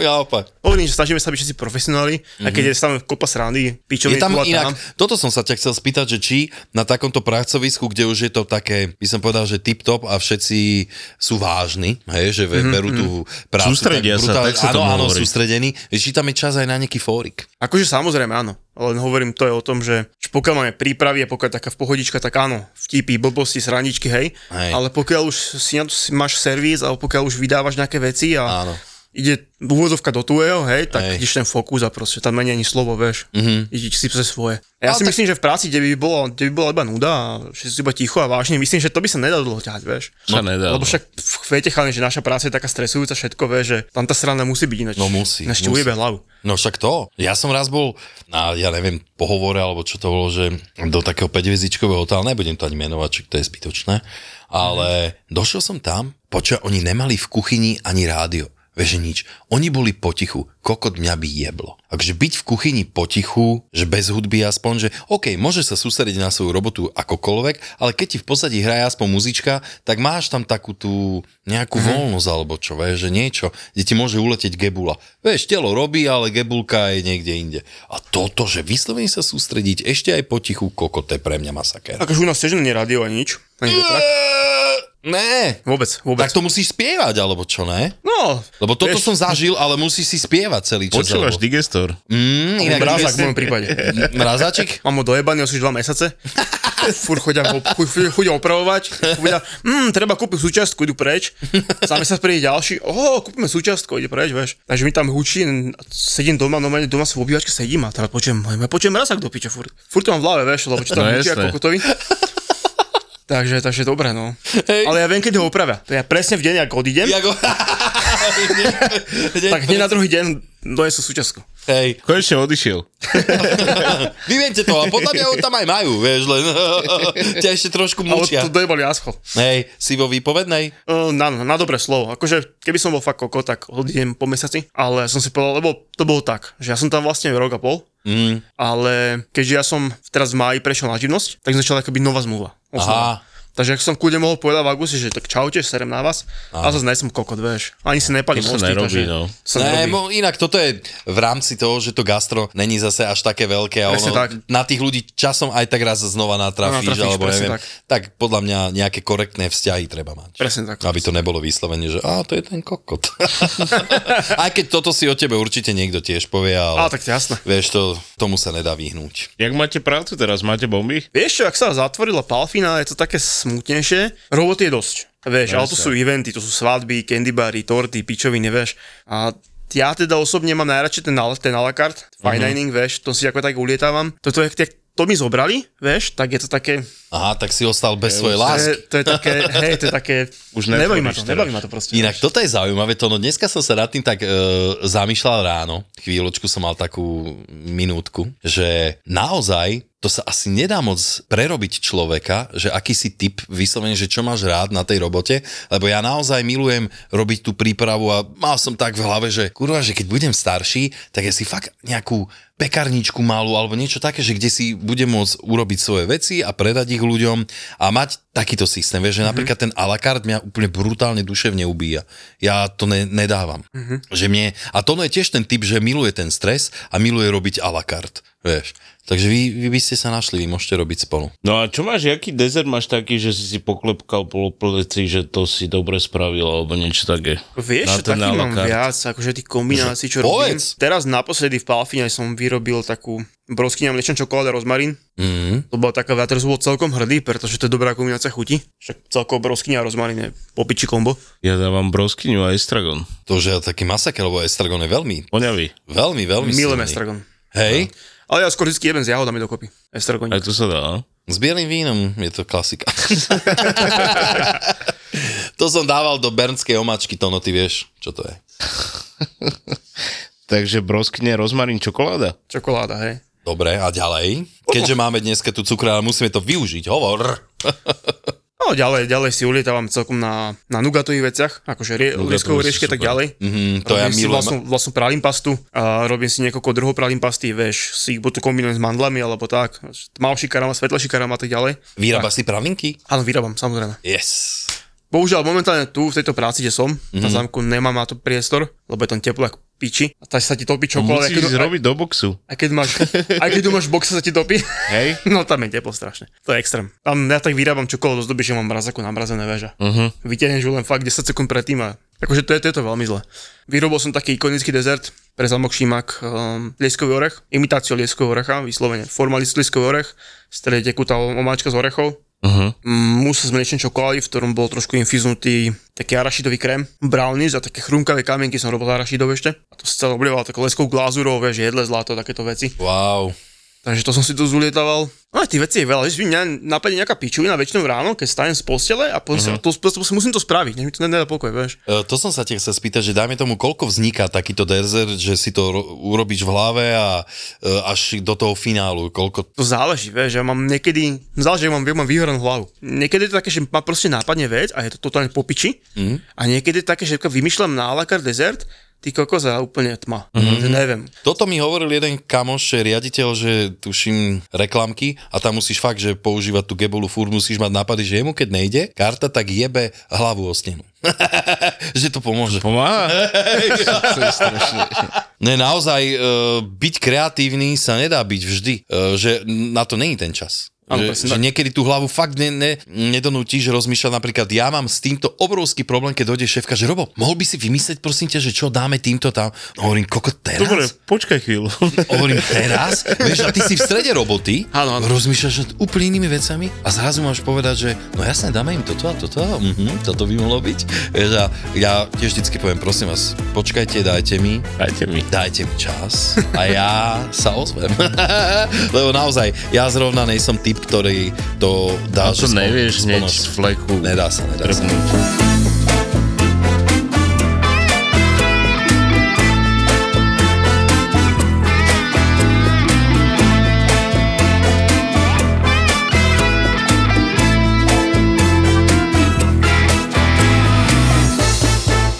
Speaker 4: ja opak.
Speaker 5: Hovorím, že snažíme sa byť všetci profesionáli, mm-hmm. a keď je tam kopa srandy,
Speaker 4: Mhm. Je
Speaker 5: pičoviny
Speaker 4: tam
Speaker 5: tu a
Speaker 4: inak, toto som sa ťa chcel spýtať, že či na takomto pracovisku, kde už je to také, by som povedal, že tip-top a všetci sú vážni, hej, že ve- berú tú prácu.
Speaker 6: Mhm, Sústredia sa, tak
Speaker 4: áno,
Speaker 6: sa tomu
Speaker 4: áno,
Speaker 6: hovorí.
Speaker 4: sústredení. Či tam je čas aj na nejaký fórik.
Speaker 5: Akože samozrejme, áno. Len hovorím, to je o tom, že že pokiaľ máme prípravy a pokiaľ taká v pohodička, tak áno, vtipy, blbosti, srandičky, hej.
Speaker 4: Hej.
Speaker 5: Ale pokiaľ už si na to si máš servis, alebo pokiaľ už vydávaš nejaké veci a
Speaker 4: Áno.
Speaker 5: ide úvodzovka do tuého, hej, tak
Speaker 4: Hej. Mhm.
Speaker 5: ideš ten fokus a proste tam není ani slovo, vieš. Mm-hmm. Ideš si pse svoje. A ja
Speaker 4: Ale
Speaker 5: si
Speaker 4: tak-
Speaker 5: myslím, že v práci, kde by, bola, kde by bola iba nuda a všetci sú iba ticho a vážne, myslím, že to by sa nedalo dlho ťahať, vieš.
Speaker 6: Sa
Speaker 4: No.
Speaker 6: nedá.
Speaker 5: Lebo však v- viete, chalani, že naša práca je taká stresujúca všetko, vieš, že tam tá sranda musí byť ináč.
Speaker 4: No musí,
Speaker 5: Ináč ti
Speaker 4: musí.
Speaker 5: ujebe hlavu.
Speaker 4: No však to. Ja som raz bol na, ja neviem, pohovore, alebo čo to bolo, že do takého 5-hviezdičkového hotela, nebudem to ani menovať, čiže to je zbytočné, ale došiel som tam, počia, oni nemali v kuchyni ani rádio. Vieš, že nič. Oni boli potichu. Kokot mňa by jeblo. Takže byť v kuchyni potichu, že bez hudby aspoň, že OK, môže sa sústrediť na svoju robotu akokoľvek, ale keď ti v pozadí hraje aspoň muzička, tak máš tam takú tú nejakú
Speaker 5: Mhm.
Speaker 4: voľnosť alebo čo, vieš, že niečo, kde ti môže uletieť gebula. Vieš, telo robí, ale gebulka je niekde inde. A toto, že vyslovene sa sústrediť ešte aj potichu, koko, to je pre mňa masakér.
Speaker 5: Akože u nás tiež nie je rádio ani nič. Ani vetrak.
Speaker 4: Eee, Ne,
Speaker 5: Vôbec, vôbec.
Speaker 4: tak to musíš spievať, alebo čo, ne?
Speaker 5: No,
Speaker 4: Lebo toto
Speaker 5: Vieš-
Speaker 4: som zažil, ale musíš si spievať celý čas.
Speaker 6: Počúvaš
Speaker 4: alebo...
Speaker 6: digestor?
Speaker 4: Mm, inak
Speaker 5: brázak v mojom prípade.
Speaker 4: Mrazačik?
Speaker 5: Mám ho dojebaný asi už dva mesiace. Fúr chodia, ho- chu- chu- chodia opravovať. Povedia, mm, treba kúpiť súčiastku, idú preč. Za mesiac príde ďalší, o, kúpime súčiastku, ide preč, vieš. Takže mi tam hučí, n- sedím doma, no doma sa v obývačke sedím a teraz počujem, ja počujem mrazak do piče, furt. Furt to mám v hlave, vieš, lebo čo tam
Speaker 6: No
Speaker 5: hučí
Speaker 6: jasné.
Speaker 5: ako kokotovi. Takže, takže dobre, no.
Speaker 4: Hej.
Speaker 5: Ale ja viem, kedy ho opravia. To ja presne v deň, ako odídem, (laughs)
Speaker 4: Ja go...
Speaker 5: tak hneď na druhý deň donesú súčiastku.
Speaker 4: (laughs) Hej,
Speaker 6: Konečne odišiel.
Speaker 4: vymente to a podľa mňa ho tam aj majú, vieš, len (laughs) ťa ešte trošku
Speaker 5: Ale
Speaker 4: mučia.
Speaker 5: to dojebali ascho.
Speaker 4: Hej, si vo výpovednej?
Speaker 5: Uh, na, na dobré slovo. Akože, keby som bol fakt koko, tak odídem po mesiaci. Ale ja som si povedal, lebo to bolo tak, že ja som tam vlastne rok a pol,
Speaker 4: Mm,
Speaker 5: ale keďže ja som teraz v máji prešiel na živnosť, tak začala akoby nová zmluva.
Speaker 4: aha,
Speaker 5: Takže ak som kľudne mohol povedať v auguste, že tak čaute, serem na vás. A zase nejsem kokot, vieš. Ani si nepalím
Speaker 6: To sa
Speaker 5: mosty,
Speaker 6: nerobí,
Speaker 5: takže
Speaker 6: no.
Speaker 5: Sa
Speaker 4: Ne,
Speaker 5: nerobí.
Speaker 4: mo, inak toto je v rámci toho, že to gastro není zase až také veľké a ono,
Speaker 5: Presne tak.
Speaker 4: na tých ľudí časom aj tak raz znova natrafíš,
Speaker 5: Natrafíš,
Speaker 4: alebo
Speaker 5: presne
Speaker 4: neviem.
Speaker 5: tak.
Speaker 4: Tak. podľa mňa nejaké korektné vzťahy treba mať.
Speaker 5: Presne tak.
Speaker 4: Aby to nebolo vyslovene, že a to je ten kokot. (laughs) aj keď toto si o tebe určite niekto tiež povie, ale
Speaker 5: Á, tak to je jasné.
Speaker 4: vieš, to, tomu sa nedá vyhnúť.
Speaker 6: Jak máte prácu teraz? Máte bomby?
Speaker 5: Vieš čo, ak sa zatvorila Palfina, je to také smutnejšie. Roboty je dosť. Vieš, ale to sú eventy, to sú svadby, candybary, torty, pičoviny, vieš. A ja teda osobne mám najradšej ten, al- ten a la carte, fine dining, vieš, to si ako tak ulietávam. Toto je, keď to mi zobrali, vieš, tak je to také,
Speaker 4: Aha, tak si ostal bez svojej
Speaker 5: to je,
Speaker 4: lásky.
Speaker 5: to je také, hej, to je také,
Speaker 6: Už
Speaker 5: nebaví ma
Speaker 6: netvoríš
Speaker 5: to,
Speaker 6: teraz.
Speaker 5: nebaví ma to proste.
Speaker 4: Inak toto je zaujímavé, to no dneska som sa nad tým tak e, zamýšľal ráno, chvíľočku som mal takú minútku, že naozaj to sa asi nedá moc prerobiť človeka, že aký si typ vyslovene, že čo máš rád na tej robote, lebo ja naozaj milujem robiť tú prípravu a mal som tak v hlave, že kurva, že keď budem starší, tak ja si fakt nejakú pekarničku malú alebo niečo také, že kde si budem môcť urobiť svoje veci a predať ich ľuďom a mať takýto systém. Vieš, že napríklad ten a la carte mňa úplne brutálne duševne ubíja. Ja to ne, nedávam. Že mne, a to je tiež ten typ, že miluje ten stres a miluje robiť a la carte. Vieš. Takže vy, vy by ste sa našli, vy môžete robiť spolu.
Speaker 6: No a čo máš, jaký dezert máš taký, že si si poklepkal po pleci, že to si dobre spravil, alebo niečo také?
Speaker 5: Vieš,
Speaker 6: Na
Speaker 5: čo,
Speaker 6: ten
Speaker 5: taký
Speaker 6: a la
Speaker 5: mám
Speaker 6: carte.
Speaker 5: viac, akože tých kombinácií, čo
Speaker 4: povedz.
Speaker 5: robím. Teraz naposledy v Palfine som vyrobil takú broskyňa mliečna čokoláda rozmarín.
Speaker 6: Mhm.
Speaker 4: Mm.
Speaker 5: To bola taká vec, som bol celkom hrdý, pretože to je dobrá kombinácia chuti. Však celkovo broskyňa a rozmarín je popiči kombo.
Speaker 6: Ja dávam broskyňu a estragon.
Speaker 4: To, že je taký masaker, lebo estragon je veľmi,
Speaker 6: Poňavy.
Speaker 4: veľmi, veľmi
Speaker 5: Milujem
Speaker 4: silný.
Speaker 5: estragon.
Speaker 4: Hej?
Speaker 5: Ale ja skôr vždy jeden s jahodami dokopy. Estragon.
Speaker 6: Aj to sa dá, no. a?
Speaker 4: S bielým vínom je to klasika. (laughs) to som dával do bernskej omačky, to no ty vieš, čo to je.
Speaker 6: Takže broskne rozmarín čokoláda.
Speaker 5: Čokoláda, hej.
Speaker 4: Dobre, a ďalej? Keďže máme dneska tu cukrára, musíme to využiť, hovor. (laughs)
Speaker 5: No ďalej, ďalej si ulietávam celkom na, na nugatových veciach, akože rie,
Speaker 6: Nugatové
Speaker 5: lieskové
Speaker 6: sú
Speaker 5: riešky a tak
Speaker 6: super.
Speaker 5: ďalej.
Speaker 4: Mm, to ja
Speaker 5: robím si
Speaker 4: milujem.
Speaker 5: vlastnú, vlastnú pralím pastu a robím si niekoľko druhov pralím pasty, vieš, si ich buď to kombinujem s mandlami alebo tak, tmavší karam, svetlejší karam a tak ďalej.
Speaker 4: Vyrábaš si pralinky?
Speaker 5: Áno, vyrábam, samozrejme.
Speaker 4: Yes.
Speaker 5: Bohužiaľ, momentálne tu, v tejto práci, kde som,
Speaker 4: Mhm.
Speaker 5: mm-hmm. na zámku nemám na to priestor, lebo je tam teplo ako piči. A tak sa ti topí čokoláda.
Speaker 6: Musíš ísť
Speaker 5: aj,
Speaker 6: robiť do boxu,
Speaker 5: aj, keď máš, aj keď tu máš box, sa ti topí. (laughs)
Speaker 6: hej?
Speaker 5: No tam je teplo strašne. To je extrém. Tam ja tak vyrábam čokoládu z doby, že mám mrazaku namrazené väža. Uh-huh. Vytiahneš ju len fakt 10 sekúnd predtým a akože to je, to je to veľmi zle. Vyrobil som taký ikonický dezert pre zamok Šímak, um, lieskový orech, imitáciu lieskového orecha, vyslovene formalist lieskový orech, v strede tekutá omáčka z orechov,
Speaker 6: Uh-huh.
Speaker 5: mus z mliečnej čokolády, v ktorom bol trošku infiznutý taký arašidový krém, brownies a také chrumkavé kamienky som robil z arašidov ešte. A to sa celé oblievalo takou leskou glazúrou, vieš, jedle zlato, takéto veci.
Speaker 4: Wow. E,
Speaker 5: Takže to som si tu zulietával. No a tých vecí je veľa, vieš, mňa napadne nejaká pičovina väčšinou ráno, keď stanem z postele a potom mm-hmm. to, to, to, musím to spraviť, než mi to nedá pokoj, vieš.
Speaker 4: E, To som sa te chcel spýtať, že dajme tomu, koľko vzniká takýto dezert, že si to ro- urobíš v hlave a e, až do toho finálu, koľko...
Speaker 5: To záleží, vieš, ja mám niekedy, záleží, ja mám, ja mám vyhorenú hlavu. Niekedy je to také, že ma proste nápadne vec a je to totálne popiči. Mm-hmm. A niekedy je také, že vymýšľam na alakar dezert, ty kokos a úplne tma. Mm-hmm. Že neviem.
Speaker 4: Toto mi hovoril jeden kamoš, riaditeľ, že tuším reklamky a tam musíš fakt, že používať tú gebolu fúr, musíš mať nápady, že jemu keď nejde karta, tak jebe hlavu o stenu. (laughs) že to pomôže.
Speaker 6: Pomáha? to je strašné.
Speaker 4: Ne, naozaj, e, byť kreatívny sa nedá byť vždy, e, že na to není ten čas.
Speaker 5: Áno,
Speaker 4: že,
Speaker 5: presne
Speaker 4: že
Speaker 5: tak.
Speaker 4: niekedy tú hlavu fakt ne, ne, nedonúti, že rozmýšľa napríklad, ja mám s týmto obrovský problém, keď dojde šéfka, že Robo, mohol by si vymyslieť, prosím ťa, že čo dáme týmto tam? Hovorím, koko teraz?
Speaker 6: Dobre, počkaj chvíľu. (laughs)
Speaker 4: Hovorím, teraz? Vieš, a ty si v strede roboty,
Speaker 5: Áno, áno.
Speaker 4: rozmýšľaš nad úplne inými vecami a zrazu máš povedať, že no jasné, dáme im toto a toto, a mhm, toto by mohlo byť. Vieš, a ja tiež vždycky poviem, prosím vás, počkajte, dajte mi,
Speaker 6: Dajte mi.
Speaker 4: dajte mi čas a ja sa ozvem. (laughs) Lebo naozaj, ja zrovna nejsom typ, ktorý to dá.
Speaker 6: A
Speaker 4: že
Speaker 6: to
Speaker 4: spol-
Speaker 6: nevieš hneď
Speaker 4: spoloč-
Speaker 6: z fleku.
Speaker 4: Nedá sa, nedá sa.
Speaker 6: drbnúť.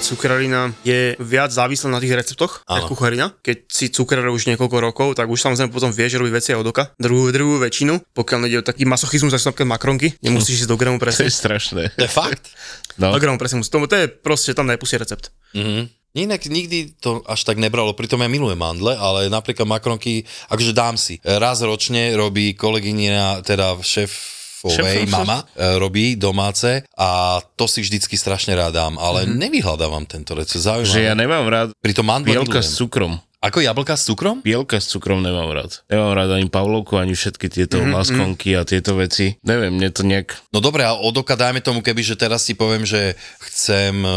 Speaker 5: Cukrarina je viac závislá na tých receptoch,
Speaker 4: Áno.
Speaker 5: ako kucharina. Keď si cukrár už niekoľko rokov, tak už samozrejme potom vieš, že robí veci aj od oka. Druhú, druhú väčšinu, pokiaľ nejde o taký masochizmus, ako sú napríklad makronky, nemusíš ísť do
Speaker 4: (laughs)
Speaker 5: gramu
Speaker 6: To je
Speaker 5: presne.
Speaker 6: strašné.
Speaker 4: To je fakt.
Speaker 6: No,
Speaker 5: Do gramu presne musíš. Tomu to je proste, tam najpustí recept.
Speaker 4: Mhm. Inak nikdy to až tak nebralo, pritom ja milujem mandle, ale napríklad makronky, akože dám si. Raz ročne robí kolegyňa, teda šéf
Speaker 6: Šéfovej.
Speaker 4: mama e, robí domáce a to si vždycky strašne rád dám, ale nevyhľadávam tento recept,
Speaker 6: Mhm. že
Speaker 4: zaujímavé. Ja...
Speaker 6: ja nemám rád
Speaker 4: Pritom mandle milujem.
Speaker 6: bielka s cukrom.
Speaker 4: Ako jablka s cukrom?
Speaker 6: Bielka s cukrom nemám rád. Nemám rád ani Pavlovku, ani všetky tieto
Speaker 5: Mhm,
Speaker 6: mm-hmm. láskonky a tieto veci. Neviem, mne to nejak...
Speaker 4: No dobre, a od oka dajme tomu, keby, že teraz ti poviem, že chcem e,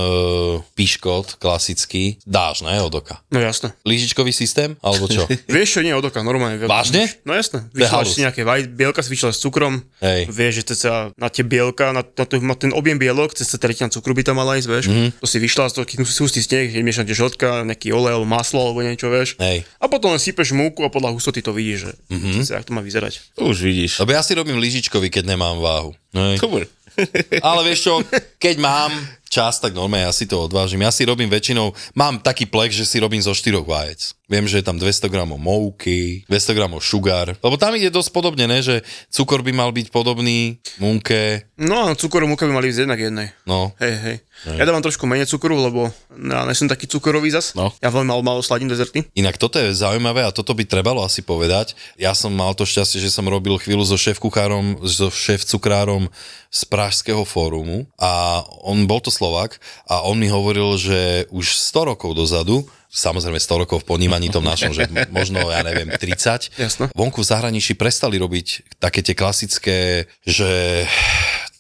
Speaker 4: piškot klasický, dáš, ne, od oka.
Speaker 5: No jasné.
Speaker 4: Lížičkový systém, alebo
Speaker 6: (laughs)
Speaker 4: čo?
Speaker 5: Vieš, čo nie od oka, normálne.
Speaker 4: Vážne?
Speaker 5: No jasné. Vyšľaš
Speaker 4: halus.
Speaker 5: si nejaké vaj, bielka si vyšľaš s cukrom,
Speaker 4: Hej.
Speaker 5: vieš, že sa na tie bielka, na, na, to, na ten objem bielok, cez sa tretina cukru by tam mala ísť, vieš.
Speaker 4: Mhm.
Speaker 5: Mm-hmm. To si vyšľaš, to kýknú si hustý sneh, je miešam tie žltka, nejaký olej alebo maslo alebo niečo, vieš.
Speaker 4: Hej.
Speaker 5: A potom len sypeš múku a podľa hustoty to vidíš, že
Speaker 6: Mhm.
Speaker 5: mm-hmm. jak to má vyzerať.
Speaker 6: To už vidíš.
Speaker 4: Lebo ja si robím lyžičkový, keď nemám váhu. Hej.
Speaker 6: (laughs) Dobre.
Speaker 4: Ale vieš čo, keď mám čas, tak normálne ja si to odvážim. Ja si robím väčšinou, mám taký plek, že si robím zo štyroch vajec. Viem, že je tam 200 gramov mouky, 200 gramov sugar. Lebo tam ide dosť podobne, ne? že cukor by mal byť podobný, munke,
Speaker 5: No a cukor a múka by mali ísť jednak jednej.
Speaker 4: no.
Speaker 5: Hej, hej. Ja dávam trošku menej cukru, lebo ja nie som taký cukorový zas.
Speaker 6: No.
Speaker 5: Ja veľmi malo, malo sladím dezerty.
Speaker 4: Inak toto je zaujímavé a toto by trebalo asi povedať. Ja som mal to šťastie, že som robil chvíľu so šéf-kuchárom, so šéf-cukrárom z Pražského fórumu a on bol to Slovak a on mi hovoril, že už 100 rokov dozadu, samozrejme 100 rokov v ponímaní tom našom, že m- možno, ja neviem, 30,
Speaker 5: Jasno.
Speaker 4: vonku v zahraničí prestali robiť také tie klasické, že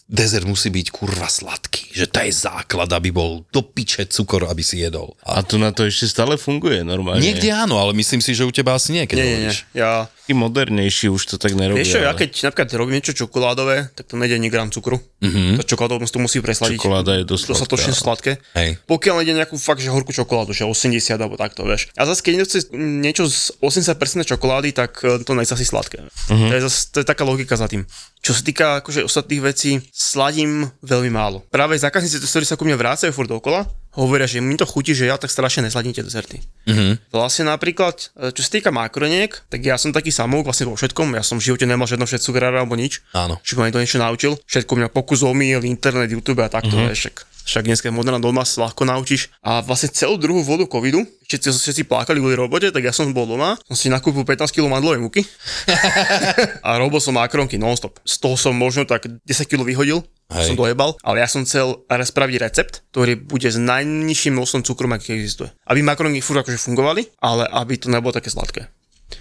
Speaker 4: dezert musí byť kurva sladký, že to je základ, aby bol do piče cukor, aby si jedol. A
Speaker 6: A tu na to ešte stále funguje normálne.
Speaker 4: Niekde áno, ale myslím si, že u teba asi nie, keď
Speaker 5: Nie, nie, nie.
Speaker 4: hovoríš.
Speaker 5: Ja
Speaker 6: Tí modernejší už to tak nerobia.
Speaker 5: Vieš čo, ja
Speaker 6: ale
Speaker 5: keď napríklad robím niečo čokoládové, tak to nejde ani gram cukru.
Speaker 6: Mhm.
Speaker 5: Mm-hmm. Tá čokoláda to musí presladiť.
Speaker 6: Čokoláda je dosť
Speaker 5: dostatočne
Speaker 6: sladká.
Speaker 5: sladké.
Speaker 4: Hej.
Speaker 5: Pokiaľ ide nejakú fakt, že horkú čokoládu, že 80 alebo takto, vieš. A zase keď niekto chce niečo z 80% čokolády, tak e, to nechce asi sladké. To, je zase, to je taká logika za tým. Čo sa týka akože ostatných vecí, sladím veľmi málo. Práve zákazníci, ktorí sa ku mne vrácajú furt dokola, hovoria, že mi to chutí, že ja tak strašne nesladím tie dezerty. Mm-hmm. Vlastne napríklad, e, čo sa týka makroniek, tak ja som taký samouk vlastne vo všetkom, ja som v živote nemal žiadno všetko cukrára alebo nič.
Speaker 4: Áno.
Speaker 5: Či ma niekto niečo naučil, všetko mňa pokus omiel, internet, YouTube a takto, mm-hmm. však však dneska je moderná doma sa ľahko naučíš. A vlastne celú druhú vodu covidu, všetci, všetci plakali kvôli robote, tak ja som bol doma, som si nakúpil 15 kg mandlovej múky a robil som makronky non-stop. Z toho som možno tak 10 kg vyhodil,
Speaker 4: Hej.
Speaker 5: Hej. som dojebal, ale ja som chcel raz spraviť recept, ktorý bude s najnižším množstvom cukru, aký existuje. Aby makronky furt akože fungovali, ale aby to nebolo také sladké.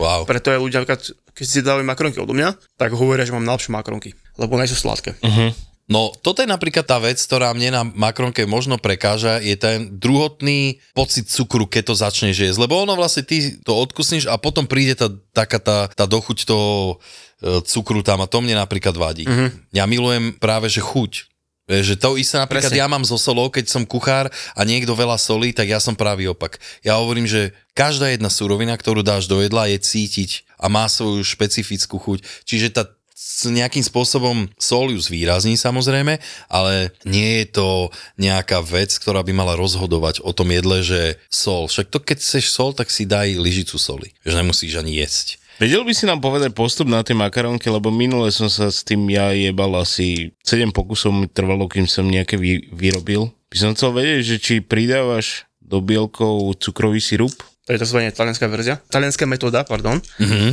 Speaker 4: Wow.
Speaker 5: Preto aj ľudia, napríklad, keď si dávajú makronky odo mňa, tak hovoria, že mám najlepšie makronky, lebo nie sú sladké. Uh-huh.
Speaker 4: No, toto je napríklad tá vec, ktorá mne na makronke možno prekáža, je ten druhotný pocit cukru, keď to začneš jesť. Lebo ono vlastne ty to odkusníš a potom príde tá, taká tá, tá dochuť toho e, cukru tam a to mne napríklad vadí. Mm-hmm. Ja milujem práve, že chuť. Vieš, Že to isté napríklad
Speaker 5: Presne.
Speaker 4: ja mám so solou, keď som kuchár a niekto veľa solí, tak ja som pravý opak. Ja hovorím, že každá jedna surovina, ktorú dáš do jedla, je cítiť a má svoju špecifickú chuť. Čiže tá s nejakým spôsobom sol ju zvýrazní samozrejme, ale nie je to nejaká vec, ktorá by mala rozhodovať o tom jedle, že sol. Však to keď chceš sol, tak si daj lyžicu soli. Že nemusíš ani jesť.
Speaker 6: Vedel by si nám povedať postup na tie makaronky, lebo minule som sa s tým ja jebal asi 7 pokusov mi trvalo, kým som nejaké vy, vyrobil. By som chcel vedieť, že či pridávaš do bielkov cukrový sirup?
Speaker 5: To je tzv. talianská verzia. Talianská metóda, pardon.
Speaker 4: Mhm.
Speaker 5: Mm-hmm.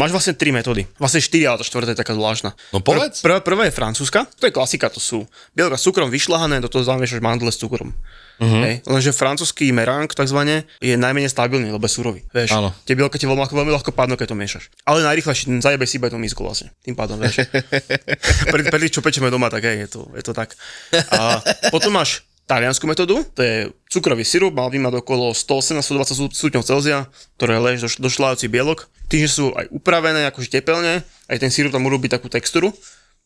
Speaker 5: máš vlastne tri metódy. Vlastne štyri, ale tá štvrtá je taká zvláštna.
Speaker 4: No povedz.
Speaker 5: Prvá, prvá je francúzska, to je klasika, to sú bielka s cukrom vyšľahané, do toho zamiešaš mandle s cukrom.
Speaker 4: Mhm.
Speaker 5: Mm-hmm. Hej? Lenže francúzsky merang takzvané je najmenej stabilný, lebo je surový. Vieš,
Speaker 6: Áno.
Speaker 5: tie bielka ti veľmi, veľmi ľahko padnú, keď to miešaš. Ale najrychlejšie zajebe si iba tú misku vlastne. Tým
Speaker 4: (laughs)
Speaker 5: pádom, vieš. Pre, pre tých, čo pečeme doma, tak hej, je to, je to tak. A potom máš taliansku metódu, to je cukrový sirup, mal by mať okolo 118-120 stupňov Celzia, ktoré lež do, do šľajúci bielok. Tým, že sú aj upravené, akože tepelne, aj ten sirup tam urobí takú textúru,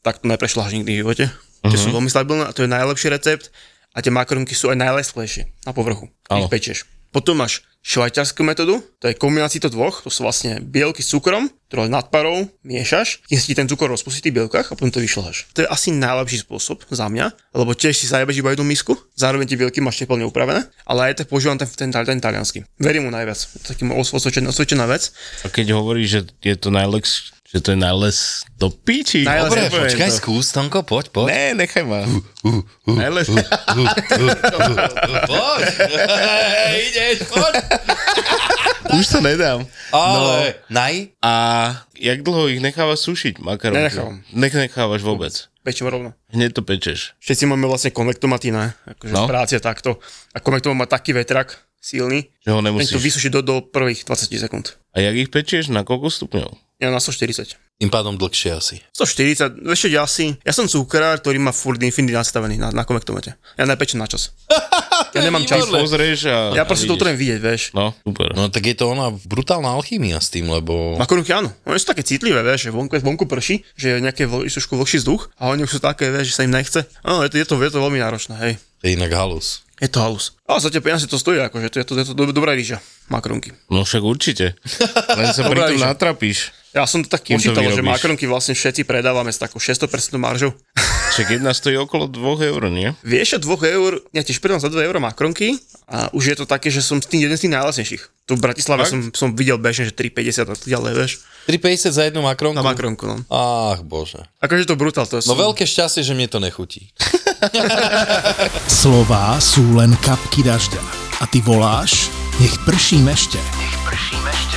Speaker 5: tak to neprešláš nikdy v živote. Uh-huh. Tie sú veľmi stabilné a to je najlepší recept a tie makaronky sú aj najlesklejšie na povrchu, keď ich pečieš. Potom máš švajčiarsku metódu, to je kombinácia to dvoch, to sú vlastne bielky s cukrom, ktoré nad parou miešaš, kým si ti ten cukor rozpustí v tých bielkach a potom to vyšľaháš. To je asi najlepší spôsob za mňa, lebo tiež si zajebeš iba jednu misku, zároveň tie bielky máš teplne upravené, ale aj tak používam ten, ten, ten taliansky. Verím mu najviac, je to taký môj osvo- osvedčená, osvedčená vec.
Speaker 6: A keď hovoríš, že je to najlex, že to je najles do píči.
Speaker 5: Najles-
Speaker 4: Dobre,
Speaker 5: Dobre,
Speaker 6: poviem
Speaker 4: počkaj,
Speaker 6: to.
Speaker 4: skús, Tonko, poď, poď.
Speaker 6: Ne, nechaj ma. Najles...
Speaker 4: Poď, ideš, poď.
Speaker 6: Už to nedám.
Speaker 4: Ale naj,
Speaker 6: A jak dlho ich nechávaš sušiť, makaronky?
Speaker 5: Nenechávam.
Speaker 6: Nech nechávaš vôbec.
Speaker 5: Pečím rovno.
Speaker 6: Hneď to pečeš.
Speaker 5: Všetci máme vlastne konvektomaty, ne? Akože
Speaker 6: No.
Speaker 5: no. z práce takto. A konvektomat má taký vetrak silný,
Speaker 6: Že ho
Speaker 5: ten to
Speaker 6: nemusíš.
Speaker 5: vysúši do, do prvých 20 sekúnd.
Speaker 6: A jak ich pečieš? Na koľko stupňov?
Speaker 5: Ja na 140.
Speaker 4: tým pádom dlhšie asi.
Speaker 5: 140, vieš čo, ja si, ja som cukrár, ktorý má furt infinity nastavený na, na konvektomate. Ja nepečem na čas. ja nemám čas.
Speaker 6: Pozrieš a...
Speaker 5: Ja proste
Speaker 6: a No, vidíš.
Speaker 5: to potrebujem vidieť, vieš.
Speaker 6: No, super.
Speaker 4: No tak je to ona brutálna alchymia s tým,
Speaker 6: No.
Speaker 4: lebo...
Speaker 5: Makorunky áno, oni sú také citlivé, vieš, že vonku, vonku prší, že je nejaké vl- trošku vlhší vzduch a oni už sú také, vieš, že sa im nechce. Áno, je to, je to, je to veľmi náročné, hej.
Speaker 4: To je inak halus.
Speaker 5: Je to halus. Ale za tie peniaze to stojí, akože to je to, je to do- dobrá ríža, makrunky.
Speaker 6: No však určite. Len sa pri tom
Speaker 5: Dobre, že-
Speaker 6: natrapíš.
Speaker 5: Ja som to tak
Speaker 6: Kým to
Speaker 5: počítal, že
Speaker 6: vyrobíš?
Speaker 5: makronky vlastne všetci predávame s takou 600% maržou.
Speaker 6: Však jedna stojí okolo 2 eur, nie?
Speaker 5: Vieš, 2 eur, ja tiež predám za 2 eur makronky a už je to také, že som s tým jeden z tých najlasnejších. Tu v Bratislave
Speaker 6: Fakt?
Speaker 5: som, som videl bežne, že 3,50 a tak ďalej, vieš,
Speaker 4: 3,50 za jednu makronku?
Speaker 5: na makronku. No.
Speaker 4: Ach, bože.
Speaker 5: Akože to brutál, to
Speaker 4: Mhm. No
Speaker 5: som-
Speaker 4: veľké šťastie, že mne to nechutí.
Speaker 2: Slová sú len kapky dažďa. A ty voláš, nech prší mešte. Nech prší mešte.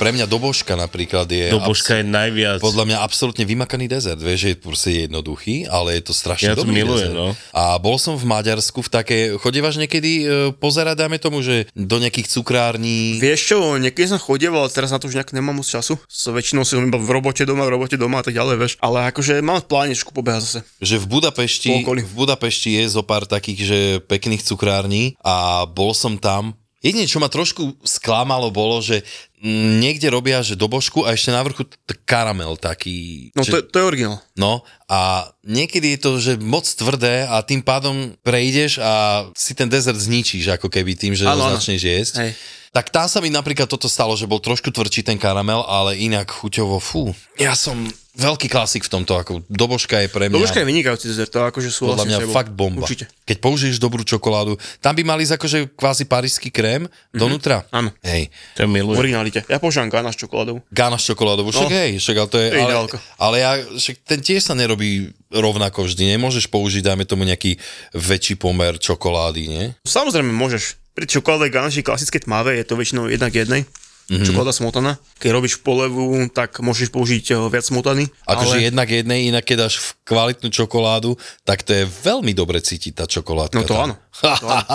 Speaker 4: Pre mňa dobožka napríklad je...
Speaker 6: Dobožka je najviac.
Speaker 4: Podľa mňa absolútne vymakaný dezert, vieš, že je proste jednoduchý, ale je to strašne
Speaker 6: Ja to
Speaker 4: dobrý
Speaker 6: milujem,
Speaker 4: dezert.
Speaker 6: no.
Speaker 4: A bol som v Maďarsku v také, chodívaš niekedy e, pozerať, dáme tomu, že do nejakých cukrární...
Speaker 5: Vieš čo, niekedy som chodieval, ale teraz na to už nejak nemám moc času. So väčšinou som iba v robote doma, v robote doma a tak ďalej, vieš. Ale akože mám v pláne ešte pobehať zase.
Speaker 4: že v Budapešti,
Speaker 5: Po okolí.
Speaker 4: v Budapešti je zo pár takých, že pekných cukrární a bol som tam. Jedine, čo ma trošku sklamalo, bolo, že mm, niekde robia, že dobožku a ešte na vrchu t- t- karamel taký.
Speaker 5: No
Speaker 4: že,
Speaker 5: to, je- to je originál.
Speaker 4: no a niekedy je to, že moc tvrdé a tým pádom prejdeš a si ten dezert zničíš ako keby tým, že ho
Speaker 5: Áno, áno.
Speaker 4: začneš jesť.
Speaker 5: Hej.
Speaker 4: Tak tá sa mi napríklad toto stalo, že bol trošku tvrdší ten karamel, ale inak chuťovo, fú. Ja som veľký klasik v tomto, ako dobožka je pre mňa.
Speaker 5: Dobožka je vynikajúci dezert, to akože sú
Speaker 4: Podľa mňa fakt bomba.
Speaker 5: Určite.
Speaker 4: Keď použiješ dobrú čokoládu, tam by mali ísť akože kvázi parížský krém donútra.
Speaker 5: Mhm. Áno.
Speaker 4: Hej.
Speaker 6: To
Speaker 5: V
Speaker 6: milujem.
Speaker 5: originalite. Ja používam gána s čokoládou.
Speaker 4: Gána s čokoládou, však
Speaker 5: No.
Speaker 4: hej, však ale to je,
Speaker 5: To je
Speaker 4: ale,
Speaker 5: ideálko.
Speaker 4: ale ja, však ten tiež sa nerobí rovnako vždy, nemôžeš použiť, dajme tomu nejaký väčší pomer čokolády, nie?
Speaker 5: Samozrejme môžeš. Pri čokoláde ganaši klasické tmavé je to väčšinou jednak jednej. Mm-hmm. Čokoláda smotana. Keď robíš polevu, tak môžeš použiť eh, viac smotany.
Speaker 4: Akože
Speaker 5: ale-
Speaker 4: jednak jednej, inak keď dáš v kvalitnú čokoládu, tak to je veľmi dobre cítiť tá čokoládka.
Speaker 5: No to
Speaker 4: tam.
Speaker 5: áno. To áno.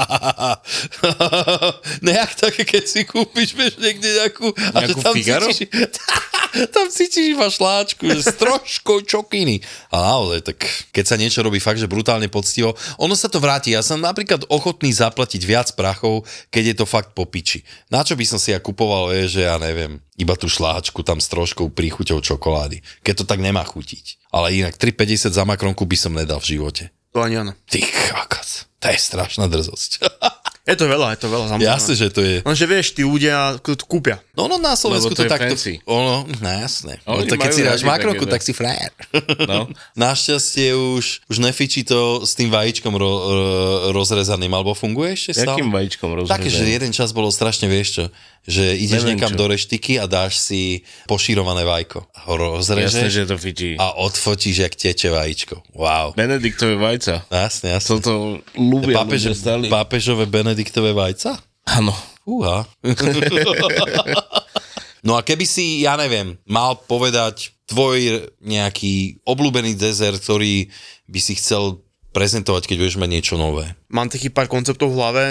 Speaker 4: Nejak také, keď si kúpiš vieš, niekde nejakú... A
Speaker 6: Nejakú Figaro?
Speaker 4: Cítiš, (laughs) tam cítiš iba šláčku, že s troškou čokiny. A naozaj, tak keď sa niečo robí fakt, že brutálne poctivo, ono sa to vráti. Ja som napríklad ochotný zaplatiť viac prachov, keď je to fakt po piči. Na čo by som si ja kupoval, je, že ja neviem, iba tú šláčku tam s troškou príchuťou čokolády. Keď to tak nemá chutiť. Ale inak 3,50 za makronku by som nedal v živote.
Speaker 5: To ani áno.
Speaker 4: Ty kakas, to je strašná drzosť. (laughs)
Speaker 5: Je to veľa, je to veľa. samozrejme.
Speaker 4: Jasne, že to je.
Speaker 5: Lenže vieš, tí ľudia k- to kúpia.
Speaker 4: No, no na Slovensku
Speaker 6: Lebo to
Speaker 4: to,
Speaker 6: je
Speaker 4: takto...
Speaker 6: fancy.
Speaker 4: Ono, no jasné.
Speaker 6: A
Speaker 4: No,
Speaker 6: oni
Speaker 4: to keď
Speaker 6: majú
Speaker 4: si dáš
Speaker 6: radi
Speaker 4: makroku,
Speaker 6: takéto.
Speaker 4: tak si frajer. (laughs)
Speaker 6: No.
Speaker 4: Našťastie už, už nefičí to s tým vajíčkom ro, ro, rozrezaným, alebo funguje ešte stále?
Speaker 6: Jakým vajíčkom rozhodneš?
Speaker 4: Také, že jeden čas bolo strašne, vieš čo, že ideš
Speaker 6: Neviem
Speaker 4: niekam
Speaker 6: čo.
Speaker 4: do reštiky a dáš si pošírované vajko. Ho
Speaker 6: Jasné, že
Speaker 4: rozrežeš
Speaker 6: to fičí.
Speaker 4: a odfotíš, jak teče vajíčko. Wow.
Speaker 6: Benediktové vajca.
Speaker 4: Jasne, jasne.
Speaker 6: Toto ľúbia
Speaker 4: Pápeže,
Speaker 6: ľudia stále.
Speaker 4: pápežové Benediktové vajca?
Speaker 6: Áno.
Speaker 4: Uha. (laughs) no a keby si, ja neviem, mal povedať tvoj nejaký obľúbený dezert, ktorý by si chcel prezentovať, keď budeš mať niečo nové.
Speaker 5: Mám taký pár konceptov v hlave,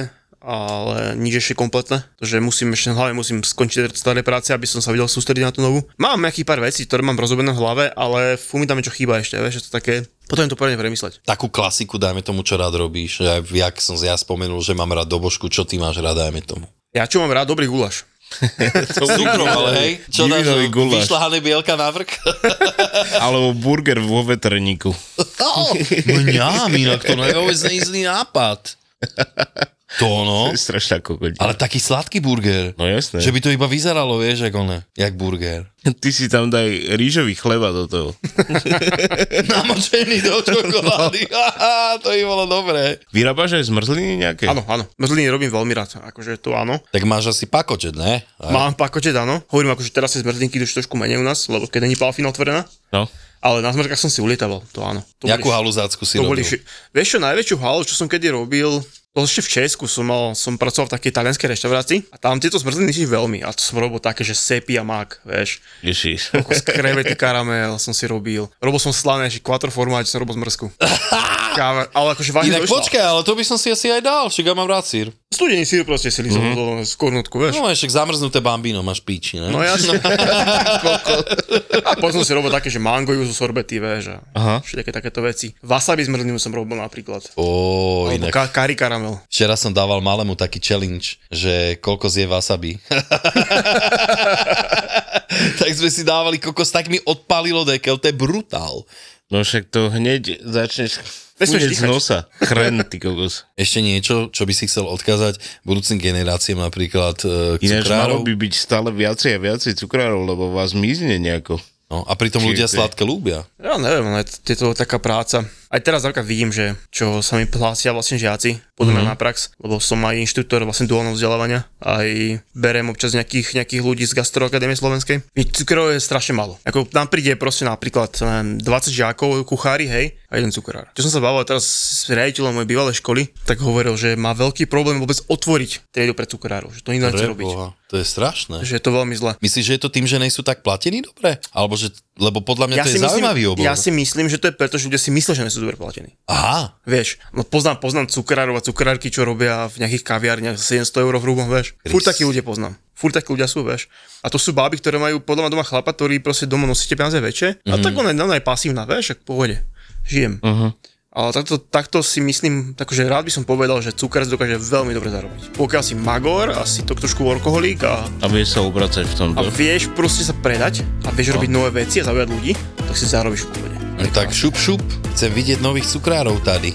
Speaker 5: ale nič ešte kompletné. Takže musím ešte v hlave musím skončiť staré práce, aby som sa vedel sústrediť na tú novú. Mám nejaký pár vecí, ktoré mám rozrobené v hlave, ale fú mi tam niečo chýba ešte, vieš, že to také. Potom to poriadne premyslieť.
Speaker 4: Takú klasiku, dajme tomu, čo rád robíš. Ja, jak som ja spomenul, že mám rád dobožku, čo ty máš rád, dajme tomu.
Speaker 5: Ja čo mám rád, dobrý gulaš.
Speaker 6: To
Speaker 4: S cukrom, ale hej, čo dáš,
Speaker 6: Divinový guláš.
Speaker 4: vyšľahané bielka na vrk?
Speaker 6: Alebo burger vo veterníku.
Speaker 4: (laughs) No, mňam, inak to je vôbec neizlý nápad. To
Speaker 6: To
Speaker 4: no.
Speaker 6: je strašná kokodina.
Speaker 4: Ale taký sladký burger.
Speaker 6: No jasné.
Speaker 4: Že by to iba vyzeralo, vieš, ako ne, jak burger. (laughs)
Speaker 6: Ty si tam daj rýžový chleba do toho.
Speaker 4: Namočený do čokolády. (laughs) Aha, to by bolo dobré.
Speaker 6: Vyrábaš aj zmrzliny nejaké?
Speaker 5: Áno, áno. Mrzliny robím veľmi rád, akože to áno.
Speaker 4: Tak máš asi pakočet, ne? A-
Speaker 5: Mám pakočet, áno. Hovorím, akože teraz je zmrzlinky už trošku menej u nás, lebo keď není palfina otvorená.
Speaker 6: No.
Speaker 5: Ale na zmrzkách som si ulietaval, to áno. To
Speaker 4: Jakú
Speaker 5: boli-
Speaker 4: haluzácku si
Speaker 5: to boli,
Speaker 4: robil?
Speaker 5: ši- vieš čo, najväčšiu halu, čo som kedy robil, to ešte v Česku som mal, som pracoval v takej talianskej reštaurácii a tam tieto zmrzliny si veľmi a to som robil také, že sepi a mak, vieš.
Speaker 6: (laughs) Ježiš.
Speaker 5: Kus krevety karamel som si robil. Robil som slané, že quattro formáč som robil
Speaker 4: (laughs)
Speaker 5: zmrzku. Kámer, ale akože vážne
Speaker 4: Inak
Speaker 5: to išlo.
Speaker 4: počkaj, ale to by som si asi aj dal, však ja mám rád sír.
Speaker 5: Studený sír proste si lízol
Speaker 4: Mhm.
Speaker 5: mm-hmm. z kornutku, vieš.
Speaker 4: No však zamrznuté bambino máš píči, ne?
Speaker 5: No (laughs) jasne. a potom som si robil také, že mango juzu sorbety, vieš.
Speaker 6: Aha.
Speaker 5: A všetky takéto veci. Wasabi zmrzlinu som robil napríklad.
Speaker 4: Ó,
Speaker 5: Alebo
Speaker 4: inak.
Speaker 5: ka- kari karamel.
Speaker 4: Včera som dával malému taký challenge, že koľko zje wasabi. (laughs) tak sme si dávali kokos, tak mi odpalilo dekel, to je brutál.
Speaker 6: No však to hneď začneš
Speaker 5: Nesmieš
Speaker 6: chudieť z
Speaker 5: dýchať.
Speaker 6: nosa. Chren, ty (laughs) kokos.
Speaker 4: Ešte niečo, čo by si chcel odkázať budúcim generáciám napríklad e,
Speaker 6: Ináč
Speaker 4: cukrárov?
Speaker 6: malo by byť stále viacej a viacej cukrárov, lebo vás mizne nejako.
Speaker 4: No, a pritom
Speaker 6: Čiže
Speaker 4: ľudia
Speaker 6: to je-
Speaker 4: sladké ľúbia.
Speaker 5: Ja neviem, ale t- je to taká práca. Aj teraz napríklad vidím, že čo sa mi hlásia vlastne žiaci, podľa
Speaker 4: Mhm.
Speaker 5: mňa na prax, lebo som aj inštruktor vlastne duálneho vzdelávania, aj berem občas nejakých, nejakých ľudí z Gastroakadémie Slovenskej. Mi cukrov je strašne málo. Ako nám príde proste napríklad ja neviem, 20 žiakov, kuchári, hej, a jeden cukrár. Čo som sa bavil teraz s riaditeľom mojej bývalej školy, tak hovoril, že má veľký problém vôbec otvoriť triedu pre cukrárov, že to nikto nechce robiť.
Speaker 4: Preboha, to je strašné.
Speaker 5: Že je to veľmi zle.
Speaker 4: Myslíš, že je to tým, že nejsú tak platení dobre? Alebo že, lebo podľa mňa to je zaujímavý obor.
Speaker 5: ja si myslím, že to je preto, že ľudia si myslia, že nie sú dobre platení.
Speaker 4: Aha,
Speaker 5: Vieš, no poznám, poznám cukrárov a cukrárky, čo robia v nejakých kaviarniach za 700 eur v hrubom, vieš. Fur
Speaker 4: Krist.
Speaker 5: takí ľudia poznám. Fur takí ľudia sú, vieš. A to sú báby, ktoré majú podľa mňa doma chlapa, ktorý proste doma nosíte peniaze väčšie. A tak ona, je- ona je pasívna, vieš, ak v pohode. Žijem. Uh-huh. Ale takto, takto si myslím, takže rád by som povedal, že cukrár dokáže veľmi dobre zarobiť. Pokiaľ si magor a si to trošku workoholík a
Speaker 6: A vieš sa obracať v tomto.
Speaker 5: a vieš proste sa predať a vieš robiť nové veci a zaujať ľudí, tak si zarobíš v pohode.
Speaker 4: no tak šup šup, chcem vidieť nových cukrárov tady.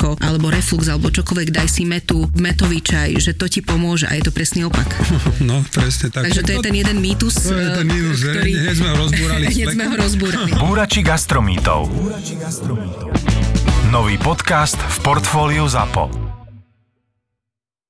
Speaker 7: alebo reflux, alebo čokoľvek, daj si metu, metový čaj, že to ti pomôže a je to presný
Speaker 8: (laughs)
Speaker 7: opak.
Speaker 8: No, presne tak.
Speaker 7: Takže to je ten jeden mýtus,
Speaker 8: To je ten
Speaker 7: eh,
Speaker 8: mýtus, že hneď sme ho
Speaker 7: (laughs)
Speaker 8: rozbúrali
Speaker 7: hneď
Speaker 8: spek.
Speaker 7: sme ho rozbúrali.
Speaker 2: Búrači gastromítov. Nový podcast v portfóliu ZAPO.